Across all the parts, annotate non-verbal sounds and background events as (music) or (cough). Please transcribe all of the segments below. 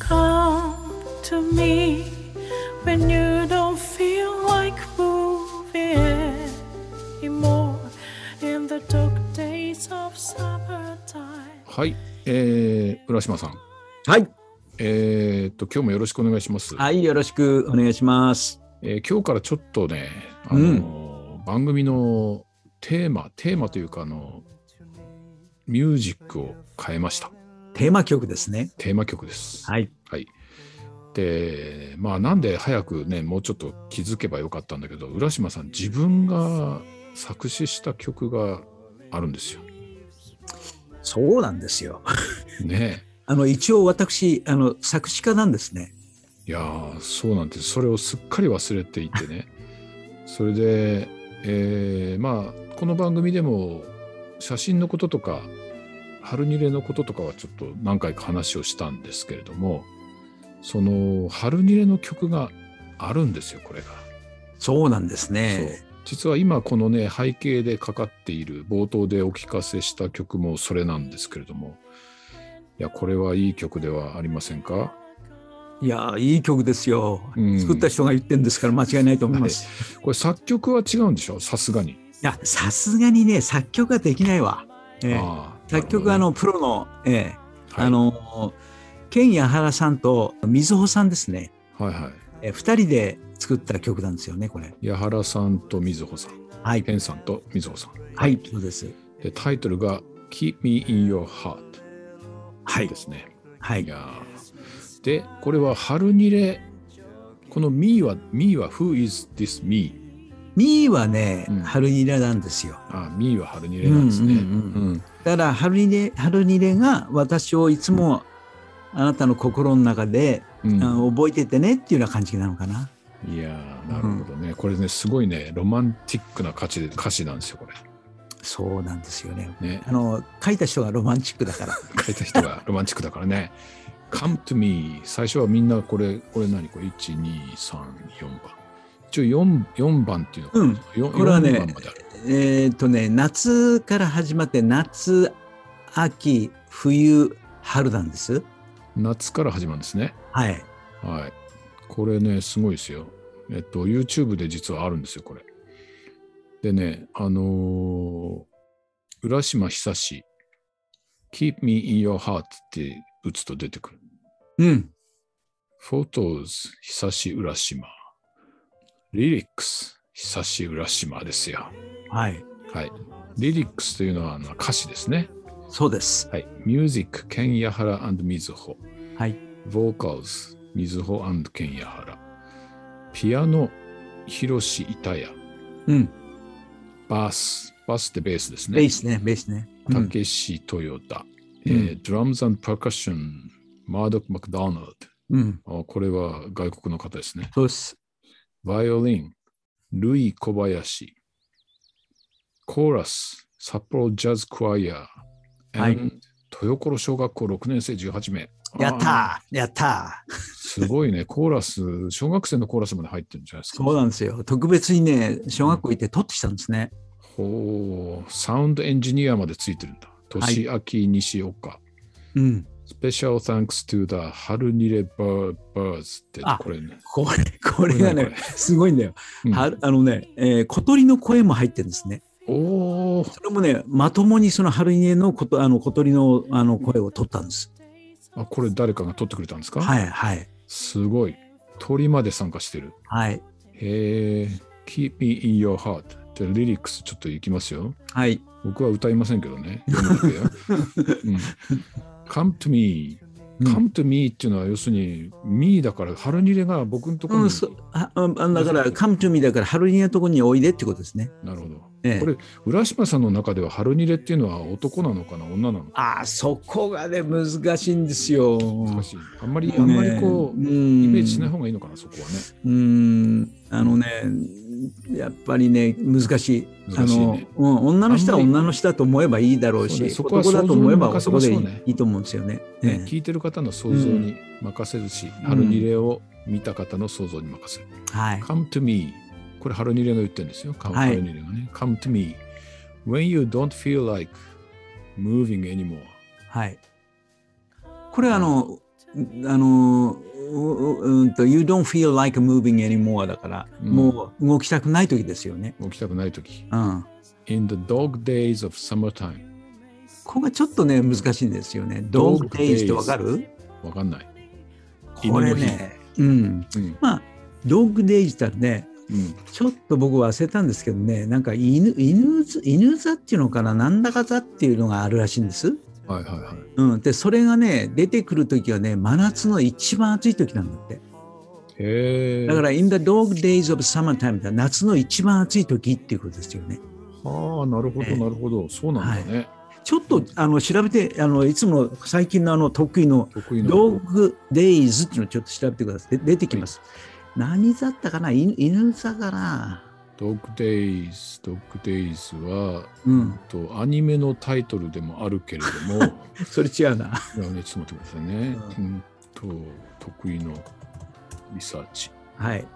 Come to me when you don't feel like moving anymore in the dark days of summertime. はい、えー、浦島さん、はい。えー、っと今日もよろしくお願いします。はい、よろしくお願いします。えー今日からちょっとね、あのー番組のテーマテーマというかあのミュージックを変えました。テーマ曲ですね。テーマ曲です。はい。はい。で、まあなんで早くね、もうちょっと気づけばよかったんだけど、浦島さん自分が作詞した曲があるんですよ。そうなんですよ。 (laughs) ねえ。あの、一応私、あの、作詞家なんですね。いやーそうなんです。それをすっかり忘れていてね。 (laughs) それで、えーまあこの番組でも写真のこととか、春にれのこととかはちょっと何回か話をしたんですけれども、その春にれの曲があるんですよ、これが。そうなんですそうね。実は今このね背景でかかっている冒頭でお聞かせした曲もそれなんですけれどもいやこれはいい曲ではありませんかいやー、いい曲ですよ。うん作った人が言ってるんですから間違いないと思います。これ作曲は違うんでしょさすがに、いや、さすがにね、作曲はできないわ。ええああ作曲はあなるの、プロの、ええほどあのー、ケン矢原さんと水穂さんですね。はいはいはいえー二人で作った曲なんですよね、これ。矢原さんと瑞穂さんはい。健さんと瑞穂さんはい、そうです。でタイトルが「Keep Me in Your Heart は」いで。すね、はいい、。やーでこれは春にれこの「Me」は「Me」は「Who is this me?」ミーはね、うん春にれなんですよ。あ、ミーは春にれなんですね。うんうんだから春にれ、春にれが私をいつもあなたの心の中で、うんうんあの覚えててねっていうような感じなのかな。いやーなるほどね、これね、すごいね、ロマンティックな歌詞で歌詞なんですよ、こそうなんですよね。れ。ね、あの、書いた人がロマンチックだから。書いた人がロマンチックだからね。Come to me。最初はみんなこれ、これ何これ、1、2、3、4番。一応 4, 四番っていうのかな、うんよんこれはね四番まである。 (laughs) えーっとね、夏から始まって、夏、秋、冬、春なんです。夏から始まるんですね。はい。はい。これね、すごいですよ。えっと、YouTube で実はあるんですよ、これ。でね、あのー浦島久志、Keep Me in Your Heart って打つと出てくる。うん。 Photos 久志浦島。Lyrics 久志浦島ですよ。はい。はい。Lyrics というのはあの歌詞ですね。そうです。はい。Music ケンヤハラ and ミズホ。はい。 Vocals 水穂ケンヤハラピアノ広志板谷うん。バースバスってベースですベねースね、ベースね。うたんけし豊田うんドラムズパーカッションマードック・マクドナルうん。ドあこれは外国の方ですねそうです。バイオリンルイ・小林コーラス札幌ジャズ・クワイアはい and 豊頃小学校6年生18名やっあーたーやったーすごいねコーラス小学生のコーラスまで入ってるんじゃないですかそうなんですよ。特別にね、小学校行って撮ってきたんですね。ほう、サウンドエンジニアまでついてるんだ。年秋西岡。うん。 Special thanks to the 春にれ bird- birds ってあこれね。これ、これがこねれ、すごいんだよ。うんはあのね、えー小鳥の声も入ってるんですね。おーそれもね、まともにその春家のことあの小鳥のあの声を撮ったんです。あ、これ誰かが撮ってくれたんですか、はいはいすごい。鳥まで参加してる。はいへえ。Keep me in your heart. で、リリックスちょっといきますよ。はい。僕は歌いませんけどね。読むだけようん、Come to me. うん Come to me っていうのは要するに、me だから、春にれが僕のとこうろに、ん、そあああだから、カムトゥミだから、春家のとこにおいでってことですね。なるほど。ええこれ浦島さんの中では春にれっていうのは男なのかな女なのかあーそこがね、難しいんですよ。難しいあんまりあんまりこう、ねイイメージしない方がいいのかなそこはねうーんあのね、やっぱりね、難しい。あ難しいのねうん、女の人はあんまり女の人だと思えばいいだろうそうし、ねそこは男だと思えば想像に任男せでましょういい,、ねと思うんですよね。ねええ聞いてる方の想像に任せるし、春にれを見た方の想像に任せる、はい、 Come to me これ春にれが言ってるんですよ、かはい春にれがね Come to me when you don't feel like moving anymore はい。これはあの、あのううんと「You don't feel like moving anymore」だから、うんもう動きたくない時ですよね。動きたくない時うん、 In the dog days of summertime ここがちょっとね難しいんですよね。 Dog Dog days ってわかるわかんない、これね、うん、うんまあ Dog days だってねうん、ちょっと僕忘れたんですけどねなんか犬犬座犬座っていうのかななんだか座っていうのがあるらしいんです。はいはいはいうん、でそれがね出てくる時はね真夏の一番暑い時なんだって。へえだから、in the dog days of summertime だ夏の一番暑い時っていうことですよね。ああなるほどええなるほどそうなんだね、ちょっとあの調べて、あのいつもの最近のあの得意の得意なこと dog days っていうのをちょっと調べてください。で出てきます。何座だったかな犬犬座かなドッグデイズ、ドッグデイズは、うん、とアニメのタイトルでもあるけれど (laughs) も、それ違うな。いやね、ちょっと待ってくださいね。ううんと、得意のリサーチ。はい。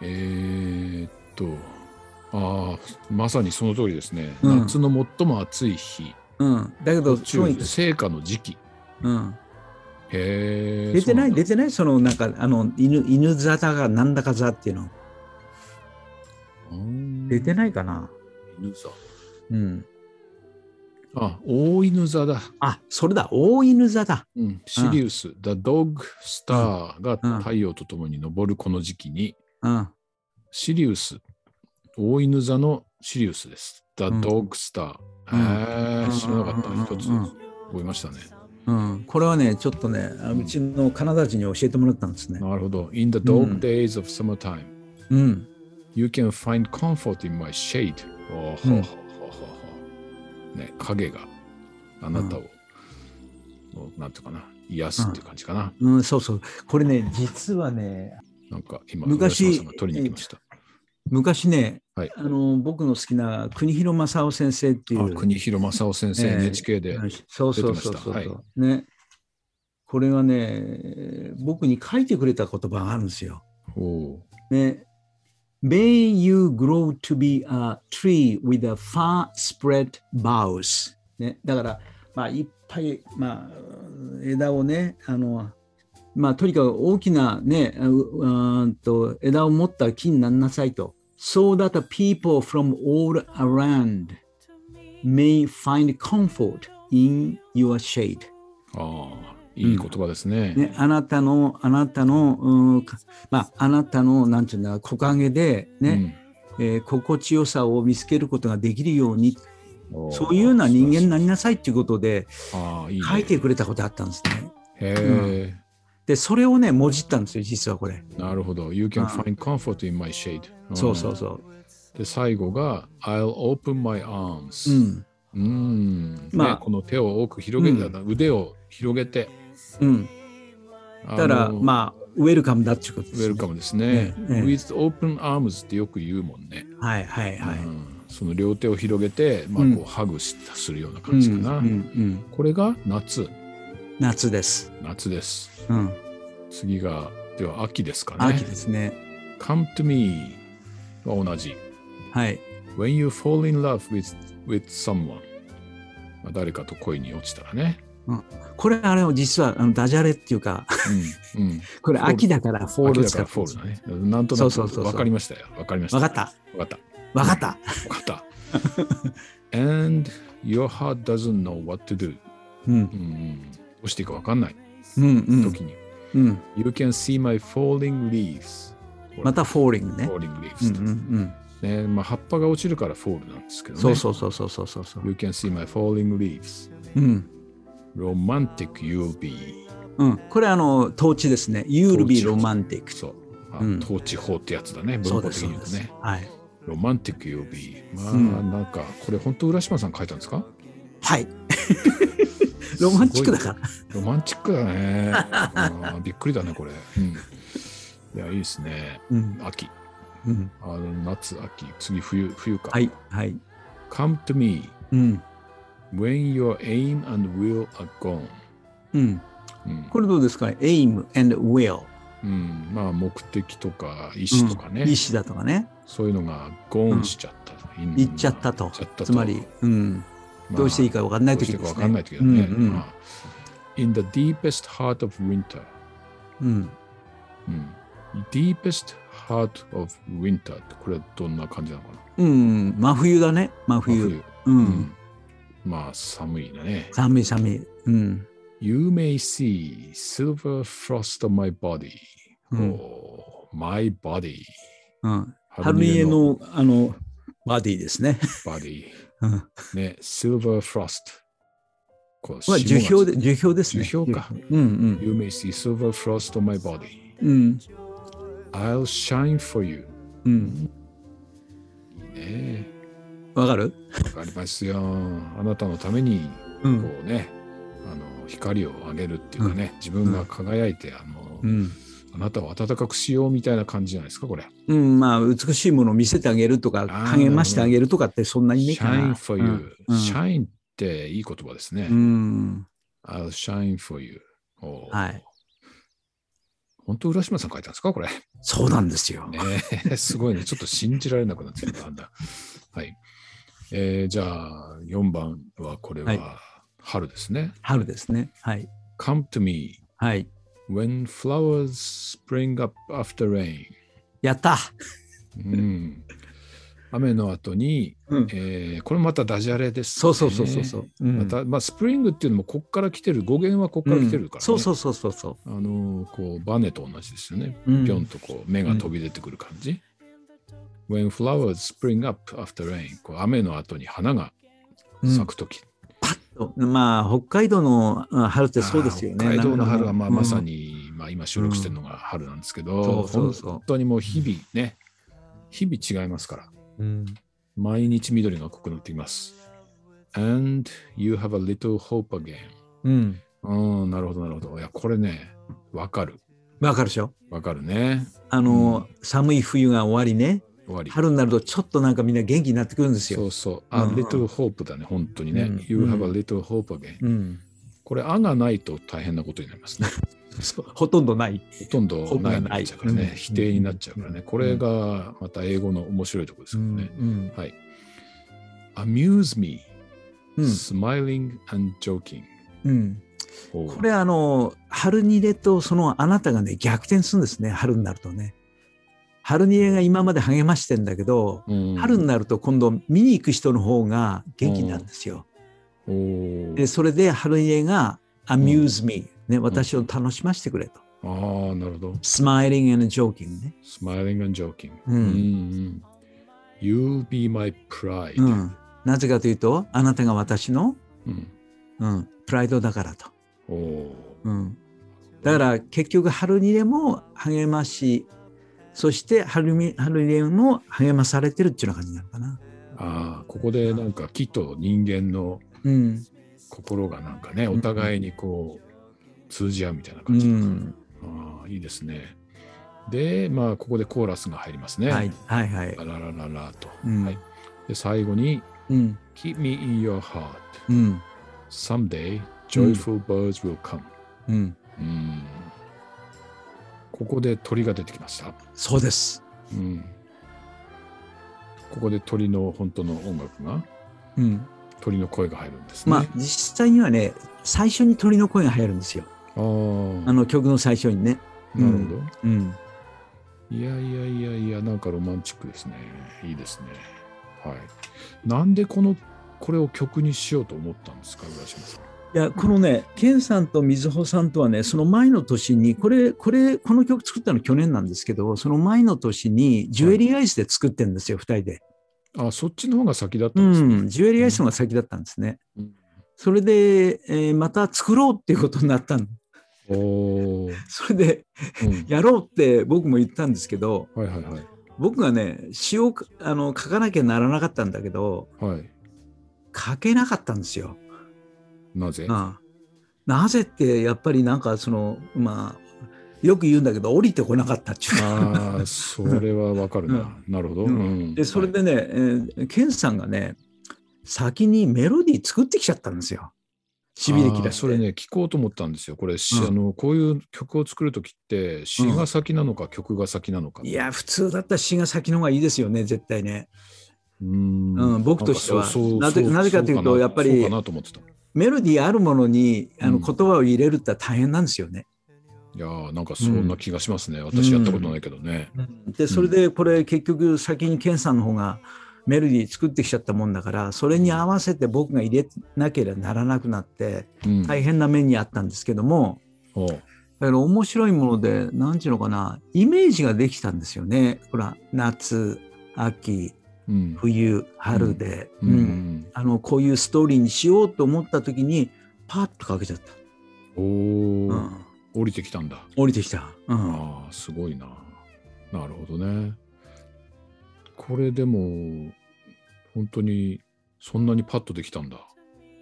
えー、っと、ああ、まさにその通りですね。うん夏の最も暑い日、うん、だけど、すごいです。成果の時期。うん、へえ。出てない、そう出んだてない、そのなんか、あの犬犬座だがなんだか座っていうの。うん出てないかな犬座。うん。あ、大犬座だ。あ、それだ、大犬座だ。うん、シリウス、The Dog Star が太陽とともに昇るこの時期に、うん。シリウス、大犬座のシリウスです。The うん Dog Star。うんへー知らなかったうん。一つうん覚えましたね。うん、これはね、ちょっとね、あうんうちのカナダ人に教えてもらったんですね。なるほど。In the う dog ん days of summertime, うん、 you can find comfort in my shade. おーうほんほほほほね、影があなたを、なんていうかな、癒すっていう感じかな。うん、そうそう。これね、実はね、なんか今、昔浦島さんが取りに行きました。昔ね、はいあの僕の好きな国広正夫先生っていあう。国広正夫先生、えー NHK で。そうそうそうそう、出てましね。これがね、僕に書いてくれた言葉があるんですよ。おおね。May you grow to be a tree with a far spread boughs。ね、だから、まあ、いっぱい、まあ、枝をね、あの、まあ、とにかく大きなね、ううーんと枝を持った木になんなさいと。So that the people from all around may find comfort in your shade。ああ、いい言葉ですね。ね、あなたの、あなたの、うーんかまあ、あなたの、なんていうんだ、木陰で、ね、うんえー心地よさを見つけることができるようにそういうよよううなな人間になりなさいっていうことでああ、いいね、書いてくれたことあったんですね。へでそれをねもじったんですよ実はこれ。え、なるほど。You う can ん find comfort in my shade. んそうそうそう。で、最後が I'll open my arms。ううん。ん。ままああ、この手を多く広げて、腕を広げて。うん。だからあのまあウェルカムだっていうことでウす、ェルカムですね。ええええ With open arms ってよく言うもんね。はいはいはい。うんその両手を広げて、まあ、うんこうハグしするようなう感んじかうんな。うん、これが夏、夏です。夏です。うん。次が、では秋ですかね。秋ですね。 Come to me は同じ。はい。 When you fall in love with, with someone まあ誰かと恋に落ちたら (laughs) ね。これあれを実はあのダジャレっていうかう (laughs) んうん、これフォール秋だからフォー秋ルだか使らってフまォーすルだね。なんとそなうそうそくうそうわかりましたよ。わかりました。わかわったかった。わかった。わかった。And your heart doesn't know what to do. うんうんうん、どうしていいかわかんないうんうん時に。うん。 You can see my falling leaves. またフォーリングね。 falling うん leaves うんうん。ねまあ、葉っぱが落ちるからフォールなんですけどね。そうそうそうそうそうそうそう。 You can see my falling leaves. うん。 Romantic you'll be. うん、これあの統治ですね。You'll be 統治 romantic. そう。あうん統治法ってやつだね、そ文う化で的す、に言うそうでとすね。。はい。ロマンティック UB。まあ、うんなんか、これ本当浦島さん書いたんですかはい。ロマンチックだから。ロマンチックだ (laughs) ね。あーびっくりだね、これ。うん、いや、いいですね。うん。秋。うん。あの夏、秋。次、冬、冬か。はい。はい。 Come to me うん。 when your aim and will are gone. うん。うんこれどうですか ?aim and will。うん、まあ目的とか意思とかね、意思だとかね。そういうのがゴーンしちゃった、うん言っちゃったと行っちゃった。つまり、うん。まあどうしていいか分かんないどうとしきてでかす分ね。かんない時だね。うんうんまあ in the deepest heart of winter、うん。うん、deepest heart of winter ってこれはどんな感じなのかなうん。真冬だね。真真冬。うん。まあ寒いね。寒い寒い。うん。 You may see silver frost on my body.、うんおー my body. うん。春家の、あの、バディですね。バディ。うん。ね、silver frost. こうまあ、霜樹が氷で、樹氷ですね。樹氷か。うんうん。 You may see silver frost on my body. うん。 I'll shine for you. うん。ねわかるわかりますよ。あなたのために、うこ。うね、あの光をあげるっていうかね、自分が輝いて、あの、うん。あなたを暖かくしようみたいな感じじゃないですか、これ。うん、まあ、美しいものを見せてあげるとか、ー励ましてあげるとかって、そんな意味かな。 shine for you、うん shine っていい言葉ですね。うん。 I'll shine for you. おうはい。本当、浦島さん書いたんですかこれ。 (laughs) ねそうなんですよ。えすごいね。ちょっと信じられなくなってきたんだ。 (laughs) はい。えーじゃあ、4番は、これはいは春ですね。春ですね。はい。 Come to me はい。 when flowers spring up after rain. やったうん、雨の後に、うんえーこれまたダジャレです、そうそうそうそうそう。うんまた、まあ、スプリングっていうのもこっから来てる語源はこっから来てるから、ねうんそうそうそうそうそあのーこうバネと同じですよね。う。うんぴょんとこう目が飛び出てくる感じ。When flowers spring up after rain こう雨の後に花が咲くとき、まあ、北海道のうん春ってそうですよね。あー北海道の春はまあうんまさ。に、まあ、今収録してるのが春なんですけど、そうそうそう本当にもう日々ね日々違いますからうん毎日緑が濃くなっています。And you have a little hope again うん。うんなるほどなるほどいやこれねわかるわかるでしょわかるねあの、寒い冬が終わりね。終わり。春になるとちょっとなんかみんな元気になってくるんですそよ。うそう。あ、うん little hope だね、本当にね。うん you have a little hope again、うん。これ、あがないと大変なことになりますね。そうほとんどない。ほとん (laughs) ど hope ながないになっいちゃうからね、うん否定になっちゃうからね。これがまた英語の面白いところですよね。うんはい。amuse me,、うん smiling and joking. うんおうこれあの春にれとそのあなたがね逆転するんですね春になるとね春にれが今まで励ましてんだけど、うん春になると今度見に行く人の方が元気になるんですよ、おうでそれで春にれが「amuse me、ね」私を楽しませてくれとああ、なるほど「。smiling and joking ね smiling and joking.、うんうんうん、You'll be my pride.」う、ん、なぜかというとあなたが私の、うんうん、プライドだからと。おううん、だから結局春にでも励ましそして春に春にでも励まされてるっていうような感じなのかな。ああ、ここでなんか木と人間のうん心がなんかねんお互いにこう通じ合うみたいなう感じ、んああいいですねでまあここでコーラスが入りますね、はい、はいはいラララララと、うんはい、で最後にうん「Keep me in your heart うん someday joyful birds will come うん」うんここで鳥が出てきました、そうです。うん、ここで鳥の本当の音楽がうん、鳥の声が入るんですね、まあ実際にはね最初に鳥の声が入るんですよあーあの曲の最初にね。なるほど、うんいやいやいやいや、なんかロマンチックですね。いいですね。はい。なんでこの、これを曲にしようと思ったんですか、浦島さん。いやこのね健さんと水穂さんとはねその前の年にこれこれこの曲作ったの去年なんですけどその前の年にジュエリーアイスで作ってるんですよ、二人で。あ、そっちの方が先だったうんですね。ん、ジュエリーアイスのが先だったんですね。うんそれで、えーまた作ろうっていうことになったの。おーそれで、うんやろうって僕も言ったんですけど、はいはいはい。僕がね、詩をあの書かなきゃならなかったんだけど、はい。書けなかったんですよ。なぜうんなぜって、やっぱりなんかその、まあ、よく言うんだけど、降りてこなかったっていうか。ああ、それはわかるな。なるほど。うんうんで、それでね、えーケンさんがね、先にメロディー作ってきちゃったんですよ。しびれあ切らーしてそれね、聞こうと思ったんですよ。これ、しうんあのこういう曲を作るときって、詩が先なのか、曲が先なのか。いや、普通だったら詩が先の方がいいですよね、絶対ね。うんうん僕としてはなんかそうそうなぜそうなぜかというとそなやっぱりそうかなと思ってた。メロディーあるものにあのうん言葉を入れるって大変なんですよね。いやーなんかそんな気がしますね、私やったことないけどね。でそれでこれ結局先にケンさんの方がメロディー作ってきちゃったもんだからそれに合わせて僕が入れなければならなくなってうん大変な目にあったんですけどもおうだから面白いもので何ていうのかなイメージができたんですよね。ほら夏秋うん冬春で、ううんんあのこういうストーリーにしようと思った時にパッとかけちゃった。おうーん降りてきたんだ。降りてきた。うんああすごいな。なるほどね。これでも本当にそんなにパッとできたんだ。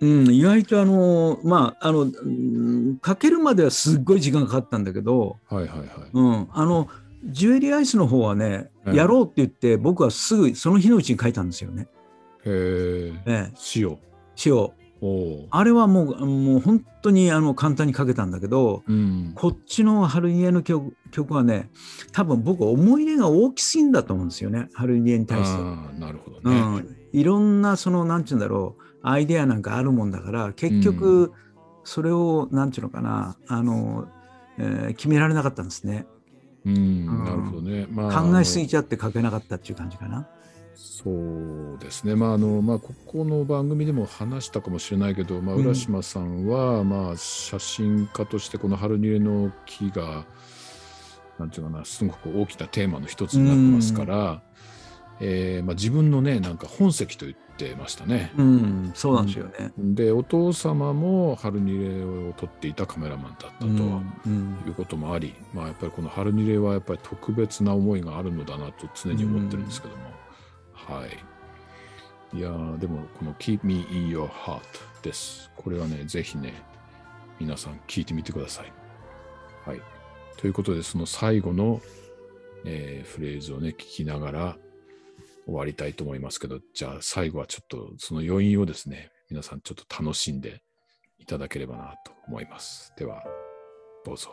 うん、意外とあのまああの、うんかけるまではすっごい時間かかったんだけど、はいはいはい。うん、あのジュエリーアイスの方はね、うんやろうって言って僕はすぐその日のうちに書いたんですよね。へえ。ええ、塩。詩をおお。あれはもうもう本当にあの簡単に書けたんだけどうん。こっちの「春家の曲曲はね多分僕は思い入れが大きすぎんだと思うんですよね春家に対して。ああなるほどうね。ん、いろんなそのなんて言うんだろうアイデアなんかあるもんだから結局それをなんて言うのかなあの、えー決められなかったんですねうん、うんなるほどね。まあ考えすぎちゃって書けなかったっていう感じかな。そうですね、まああのまあ、ここの番組でも話したかもしれないけど、まあ、うん浦島さんは、まあ、写真家としてこの「春にれの木が」なんていうのかなすごく大きなテーマの一つになってますから、えーまあ、自分のねなんか本籍と言ってましたね。うん、そうなんですよね。でお父様も「春にれ」を撮っていたカメラマンだったと。うんいうこともあり、まあ、やっぱりこの「春にれ」はやっぱり特別な思いがあるのだなと常に思ってるんですけども、はいいやーでもこの「Keep Me in Your Heart」ですこれはねぜひね皆さん聞いてみてくださいはいということでその最後の、えーフレーズをね聞きながら終わりたいと思いますけどじゃあ最後はちょっとその余韻をですね皆さんちょっと楽しんでいただければなと思いますではどうぞ。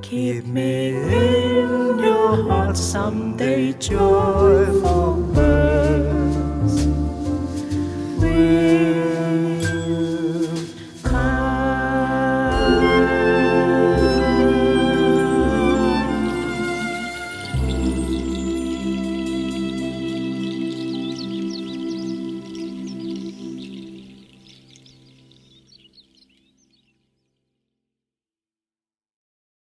Keep me in your heart someday joyful.